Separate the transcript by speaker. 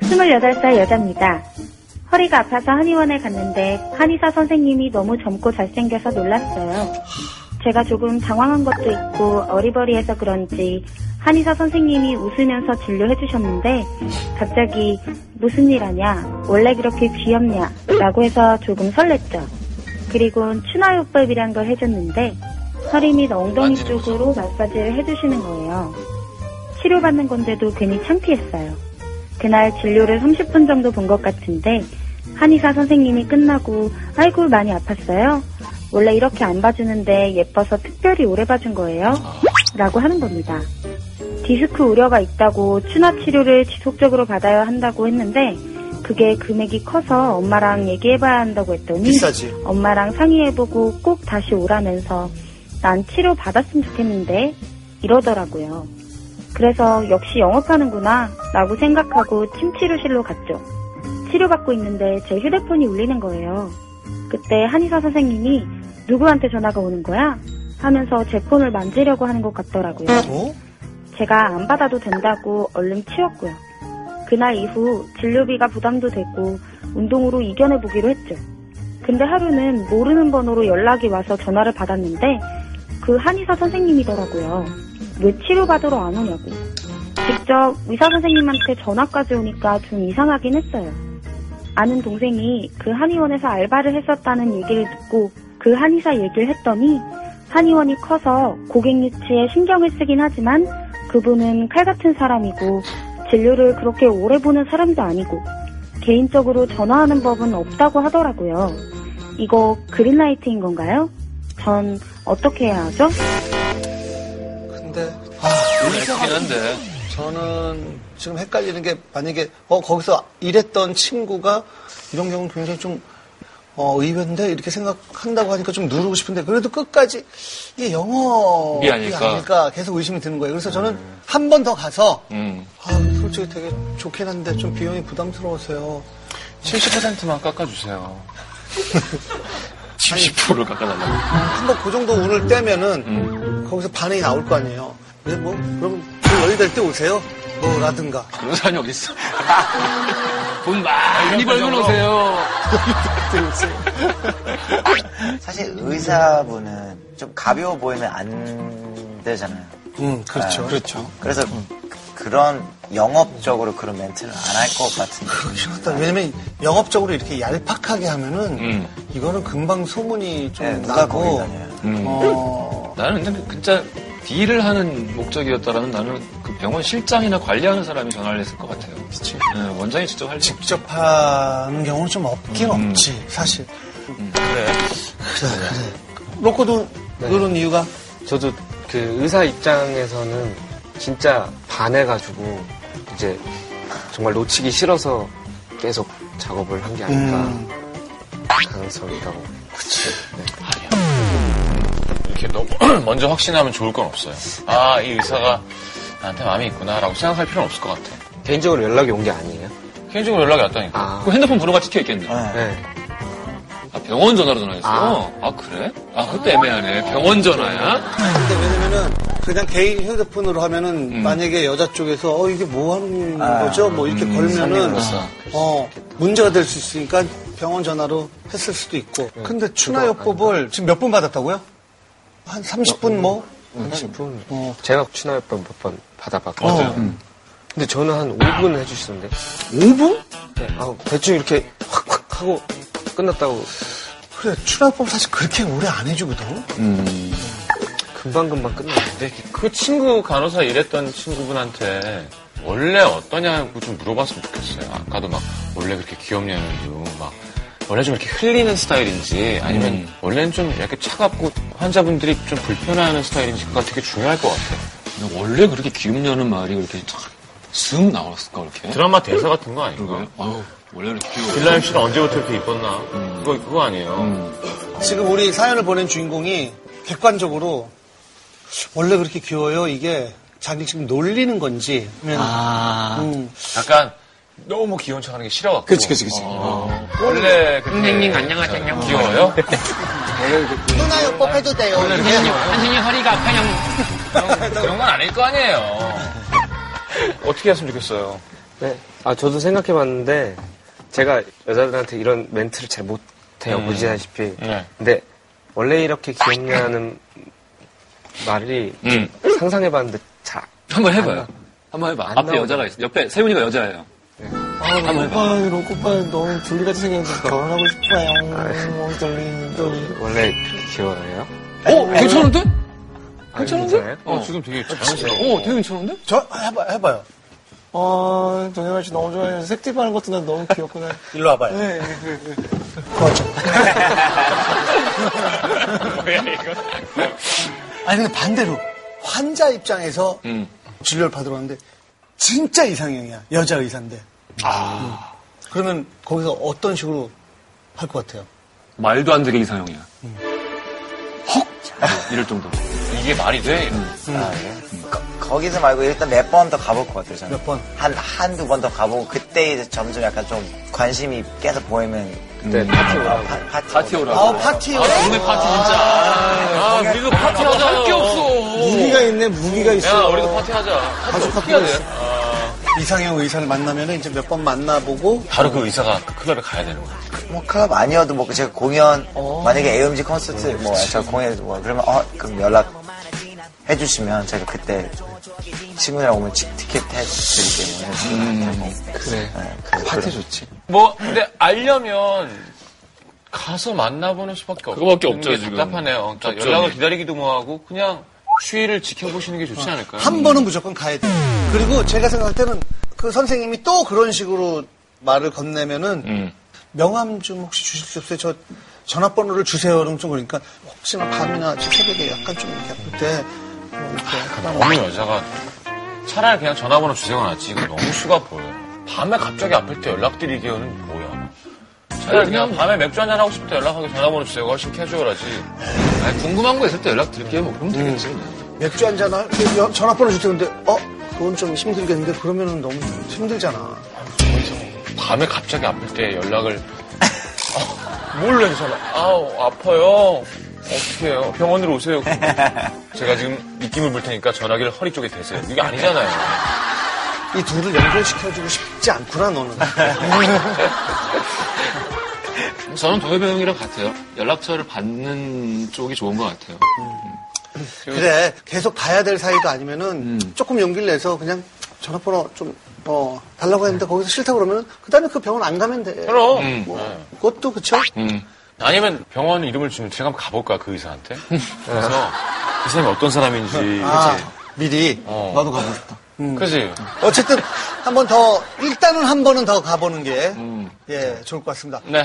Speaker 1: 28살 여자입니다. 허리가 아파서 한의원에 갔는데 한의사 선생님이 너무 젊고 잘생겨서 놀랐어요. 제가 조금 당황한 것도 있고 어리버리해서 그런지 한의사 선생님이 웃으면서 진료해 주셨는데 갑자기 무슨 일 하냐, 원래 그렇게 귀엽냐 라고 해서 조금 설렜죠. 그리고 추나요법이란 걸 해줬는데 허리 및 엉덩이
Speaker 2: 만지는 거죠.
Speaker 1: 쪽으로 마사지를 해주시는 거예요. 치료받는 건데도 괜히 창피했어요. 그날 진료를 30분 정도 본 것 같은데 한의사 선생님이 끝나고 아이고 많이 아팠어요. 원래 이렇게 안 봐주는데 예뻐서 특별히 오래 봐준 거예요. 라고 하는 겁니다. 디스크 우려가 있다고 추나 치료를 지속적으로 받아야 한다고 했는데 그게 금액이 커서 엄마랑 얘기해봐야 한다고 했더니
Speaker 3: 비싸지.
Speaker 1: 엄마랑 상의해보고 꼭 다시 오라면서 난 치료 받았으면 좋겠는데 이러더라고요. 그래서 역시 영업하는구나 라고 생각하고 침치료실로 갔죠. 치료받고 있는데 제 휴대폰이 울리는 거예요. 그때 한의사 선생님이 누구한테 전화가 오는 거야? 하면서 제 폰을 만지려고 하는 것 같더라고요.
Speaker 3: 어?
Speaker 1: 제가 안 받아도 된다고 얼른 치웠고요. 그날 이후 진료비가 부담도 되고 운동으로 이겨내보기로 했죠. 근데 하루는 모르는 번호로 연락이 와서 전화를 받았는데 그 한의사 선생님이더라고요. 왜 치료받으러 안 오냐고. 직접 의사 선생님한테 전화까지 오니까 좀 이상하긴 했어요. 아는 동생이 그 한의원에서 알바를 했었다는 얘기를 듣고 그 한의사 얘기를 했더니 한의원이 커서 고객 유치에 신경을 쓰긴 하지만 그분은 칼 같은 사람이고 진료를 그렇게 오래 보는 사람도 아니고 개인적으로 전화하는 법은 없다고 하더라고요. 이거 그린라이트인 건가요? 전 어떻게 해야 하죠?
Speaker 3: 근데 아,
Speaker 2: 그렇긴 한데.
Speaker 3: 저는 지금 헷갈리는 게 만약에 어 거기서 일했던 친구가 이런 경우는 굉장히 좀 어, 의외인데 이렇게 생각한다고 하니까 좀 누르고 싶은데 그래도 끝까지 이게 영업이
Speaker 2: 이 아닐까.
Speaker 3: 아닐까 계속 의심이 드는 거예요. 그래서 저는 한 번 더 가서
Speaker 2: 음.
Speaker 3: 아, 솔직히 되게 좋긴 한데 좀 비용이 부담스러워서요.
Speaker 2: 70%만 깎아주세요. 70%를
Speaker 4: 그-
Speaker 2: 깎아달라고.
Speaker 3: 한 번 그 정도 운을 떼면은
Speaker 2: 음.
Speaker 3: 거기서 반응이 나올 거 아니에요. 네, 뭐, 그럼 좀 여유 될 때 오세요. 뭐라든가.
Speaker 2: 그런 사람이 어딨어. 아, 돈 많이 벌면 오세요.
Speaker 5: 사실 의사분은 좀 가벼워 보이면 안 되잖아요.
Speaker 3: 음, 그렇죠. 그렇죠.
Speaker 5: 그래서 그, 런 영업적으로 그런 멘트는 안 할 것 같은데.
Speaker 3: 그렇죠. 왜냐면 영업적으로 이렇게 얄팍하게 하면은
Speaker 2: 음.
Speaker 3: 이거는 금방 소문이 좀
Speaker 5: 네, 누가
Speaker 3: 나고
Speaker 5: 고민하냐.
Speaker 2: 음.
Speaker 3: 어,
Speaker 2: 나는 근데 그 진짜 딜을 하는 목적이었다라는 나는 그 병원 실장이나 관리하는 사람이 전화를 했을 것 같아요. 그치. 원장이 직접 할 직.
Speaker 3: 직접 하는 경우는 좀 없긴
Speaker 2: 음.
Speaker 3: 없지 사실.
Speaker 2: 그래.
Speaker 3: 로코도
Speaker 5: 네.
Speaker 3: 그런 이유가
Speaker 6: 저도 그 의사 입장에서는 진짜 반해가지고 이제 정말 놓치기 싫어서 계속 작업을 한 게 아닐까
Speaker 3: 음.
Speaker 6: 가능성이 있다고.
Speaker 4: 이렇게 너무 먼저 확신하면 좋을 건 없어요. 아, 이 의사가 나한테 마음이 있구나라고 생각할 필요는 없을 것 같아.
Speaker 6: 개인적으로 연락이 온 게 아니에요?
Speaker 4: 개인적으로 연락이 왔다니까.
Speaker 6: 아.
Speaker 2: 그 핸드폰 번호가 찍혀 있겠네.
Speaker 5: 네.
Speaker 6: 네.
Speaker 2: 아, 병원 전화로 전화했어요? 아, 그래? 아, 그것도 애매하네. 병원 전화야?
Speaker 3: 근데 왜냐면은 그냥 개인 휴대폰으로 하면은 만약에 여자 쪽에서 어 이게 뭐 하는
Speaker 5: 음. 아,
Speaker 3: 거죠? 뭐 이렇게 걸면은
Speaker 4: 선임으로서.
Speaker 3: 어 문제가 될 수 있으니까 병원 전화로 했을 수도 있고.
Speaker 5: 네.
Speaker 3: 근데 추나요법을 지금 몇 번 받았다고요? 한 30분 뭐?
Speaker 6: 분
Speaker 3: 어. 음.
Speaker 6: 제가 추나요법 몇 번 받아봤거든요. 근데 저는 한 5분 해주시던데.
Speaker 3: 5분?
Speaker 6: 네. 아, 대충 이렇게 확, 확 하고 끝났다고
Speaker 3: 그래 추나요법 사실 그렇게 오래 안 해주거든.
Speaker 6: 금방금방 끝났어요.
Speaker 4: 근데 그 친구 간호사 일했던 친구분한테 원래 어떠냐고 좀 물어봤으면 좋겠어요. 아까도 막 원래 그렇게 귀엽냐는 이유, 막 원래 좀 이렇게 흘리는 스타일인지 아니면
Speaker 2: 음.
Speaker 4: 원래는 좀 약간 차갑고 환자분들이 좀 불편해하는 스타일인지 그거 되게 중요할 것 같아요.
Speaker 2: 근데 원래 그렇게 귀엽냐는 말이 그렇게 쓱 나왔을까, 그렇게?
Speaker 4: 드라마 대사 같은 거
Speaker 2: 그거요?
Speaker 4: 아닌가요?
Speaker 2: 아유, 원래 이렇게 귀여워.
Speaker 4: 빌라임 씨가 언제부터 이렇게 이뻤나?
Speaker 2: 음.
Speaker 4: 그거 그거 아니에요.
Speaker 3: 지금 우리 사연을 보낸 주인공이 객관적으로 원래 그렇게 귀여워요 이게 자기 지금 놀리는 건지.
Speaker 5: 아.
Speaker 3: 음.
Speaker 4: 약간 너무 귀여운 척하는 게 싫어갖고.
Speaker 5: 그치, 그치, 그치.
Speaker 4: 어, 원래 그렇게 선생님 안녕하세요. 귀여워요?
Speaker 3: 추나요법 해도 돼요.
Speaker 4: 선생님 허리가 아파요. 그런 건 아닐 거 아니에요. 어떻게 했으면 좋겠어요.
Speaker 6: 네. 아, 저도 생각해봤는데, 제가 여자들한테 이런 멘트를 잘 못해요,
Speaker 4: 음.
Speaker 6: 보시다시피.
Speaker 4: 네.
Speaker 6: 근데, 원래 이렇게 귀엽냐는 말이
Speaker 2: 음.
Speaker 6: 상상해봤는데, 자,
Speaker 2: 한번 해봐요. 한번 해봐.
Speaker 6: 안
Speaker 2: 앞에
Speaker 6: 나오네.
Speaker 2: 여자가 있어. 옆에 세훈이가 여자예요.
Speaker 4: 네.
Speaker 2: 아, 한번 해봐.
Speaker 3: 오빠, 이런 오빠 너무 둘리같이 생겼는데 결혼하고 싶어요. 뭐 둘리, 둘리.
Speaker 6: 원래 이렇게 귀여워요?
Speaker 2: 어, 괜찮은데?
Speaker 6: 아,
Speaker 2: 괜찮은데?
Speaker 6: 괜찮아요?
Speaker 4: 어, 지금 되게 자연스러워.
Speaker 2: 어, 되게 괜찮은데?
Speaker 3: 저 해봐, 해봐요. 어, 동현아 씨 너무 좋아해요. 색티브하는 것도 난 너무 귀엽구나. 일로 와봐요. 네, 네, 네. 거쳐.
Speaker 4: 뭐야, 이거?
Speaker 3: 아니 근데 반대로 환자 입장에서
Speaker 2: 음.
Speaker 3: 진료를 받으러 왔는데 진짜 이상형이야 여자 의사인데. 음. 그러면 거기서 어떤 식으로 할 것 같아요?
Speaker 2: 말도 안 되게 이상형이야. 헉! 뭐, 이럴 정도로. 음.
Speaker 4: 이게 말이 돼? 이런.
Speaker 5: 아, 예. 거, 기서 말고 일단 몇 번 더 가볼 것 같아요, 저는.
Speaker 3: 몇 번?
Speaker 5: 한, 한두 번 더 가보고, 그때 이제 점점 약간 좀 관심이 계속 보이면.
Speaker 6: 그때 파티 오라고.
Speaker 5: 파, 파티.
Speaker 2: 파티 오라고.
Speaker 3: 아 파티요.
Speaker 4: 우리 파티 진짜. 아, 우리도 파티하자. 할 게 없어.
Speaker 3: 무기가 있네 무기가
Speaker 4: 야,
Speaker 3: 있어.
Speaker 4: 우리도 파티하자. 파티
Speaker 3: 가족
Speaker 4: 어떻게 해야
Speaker 3: 파티가
Speaker 4: 돼? 아.
Speaker 3: 있어. 이상형 의사를 만나면 이제 몇 번 만나보고
Speaker 4: 바로 그 의사가 그 클럽에 가야 되는 거야.
Speaker 5: 뭐 클럽 아니어도 뭐 제가 공연 만약에 AMG 콘서트 뭐저 공연 뭐 그러면 어 그럼 연락 해주시면 제가 그때 친구들이랑 오면 치- 티켓 해드릴게요. 네.
Speaker 6: 그래.
Speaker 5: 파티 좋지.
Speaker 4: 뭐, 근데 알려면 가서 만나보는 수밖에 없
Speaker 2: 그거밖에 없죠,
Speaker 4: 게
Speaker 2: 지금.
Speaker 4: 답답하네요. 그러니까
Speaker 2: 접점이.
Speaker 4: 연락을 기다리기도 뭐하고 그냥 추위를 지켜보시는 게 좋지 않을까요?
Speaker 3: 한 번은 무조건 가야 돼.
Speaker 4: 음.
Speaker 3: 그리고 제가 생각할 때는 그 선생님이 또 그런 식으로 말을 건네면은
Speaker 2: 음.
Speaker 3: 명함 좀 혹시 주실 수 없어요? 저 전화번호를 주세요. 그럼 좀 그러니까 혹시나 밤이나 새벽에 약간 좀 이렇게 아플 때 뭐 이렇게 약간
Speaker 4: 어느 여자가 차라리 그냥 전화번호 주세요가 낫지. 이거 너무 수가 보여. 밤에 갑자기 아플 때 연락드리기에는 뭐야. 차라리 그냥 밤에 맥주 한잔 하고 싶을 때 연락하고 전화번호 주세요가 훨씬 캐주얼하지.
Speaker 2: 아니, 궁금한 거 있을 때 연락 드릴게요. 뭐, 그럼 되겠지.
Speaker 4: 음.
Speaker 2: 그냥.
Speaker 3: 맥주 한잔 할, 그 여- 전화번호 주세요. 근데 어? 그건 좀 힘들겠는데 그러면은 너무 힘들잖아.
Speaker 4: 밤에 갑자기 아플 때 연락을 아, 몰래 전화 아우 아파요 어떡해요 병원으로 오세요 제가 지금 입김을 불 테니까 전화기를 허리 쪽에 대세요 이게 아니잖아요
Speaker 3: 이 둘을 연결시켜주고 싶지 않구나 너는.
Speaker 2: 저는 도협이 형이랑 같아요. 연락처를 받는 쪽이 좋은 것 같아요.
Speaker 3: 그래
Speaker 2: 음.
Speaker 3: 계속 봐야 될 사이도 아니면은 조금 용기를 내서 그냥 전화번호 좀 어, 달라고 했는데 거기서 싫다 그러면 그 다음에 그 병원 안 가면 돼. 뭐,
Speaker 4: 그럼
Speaker 2: 음.
Speaker 4: 네.
Speaker 3: 그것도 그쵸?
Speaker 2: 음.
Speaker 4: 아니면 병원 이름을 주면 제가 한번 가볼까 그 의사한테 그래서 이 사람이 어떤 사람인지
Speaker 3: 아, 미리.
Speaker 4: 어.
Speaker 5: 나도 가고 싶다.
Speaker 4: 그지
Speaker 2: 음.
Speaker 3: 어쨌든 한 번 더 일단은 한 번은 더 가보는 게 예, 좋을 것 같습니다.
Speaker 4: 네